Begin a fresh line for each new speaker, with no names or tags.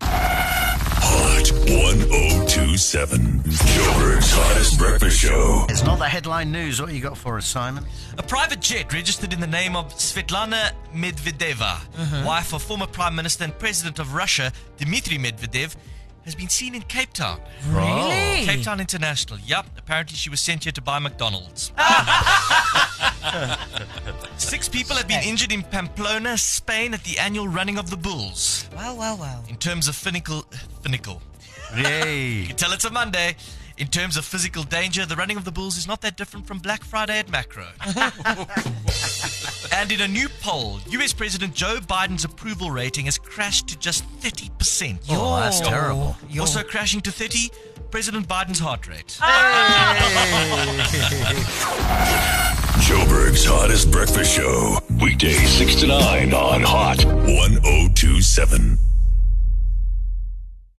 7. oh Joburg's hottest breakfast show.
It's not the headline news. What you got for us, Simon?
A private jet registered in the name of Svetlana Medvedeva, wife of former Prime Minister and President of Russia, Dmitry Medvedev, has been seen in Cape Town.
Really?
Cape Town International. Yep. Apparently, she was sent here to buy McDonald's. Six people have been injured in Pamplona, Spain, at the annual running of the Bulls.
Wow, wow, wow.
In terms of finical, finical.
Yay.
You tell it's a Monday. In terms of physical danger, the running of the bulls is not that different from Black Friday at Macro. and in a new poll, US President Joe Biden's approval rating has crashed to just 30%.
Oh, that's terrible.
Yo.
Also crashing to 30, President Biden's heart rate.
Joburg's oh hottest breakfast show. Weekday 6 to 9 on Hot 1027.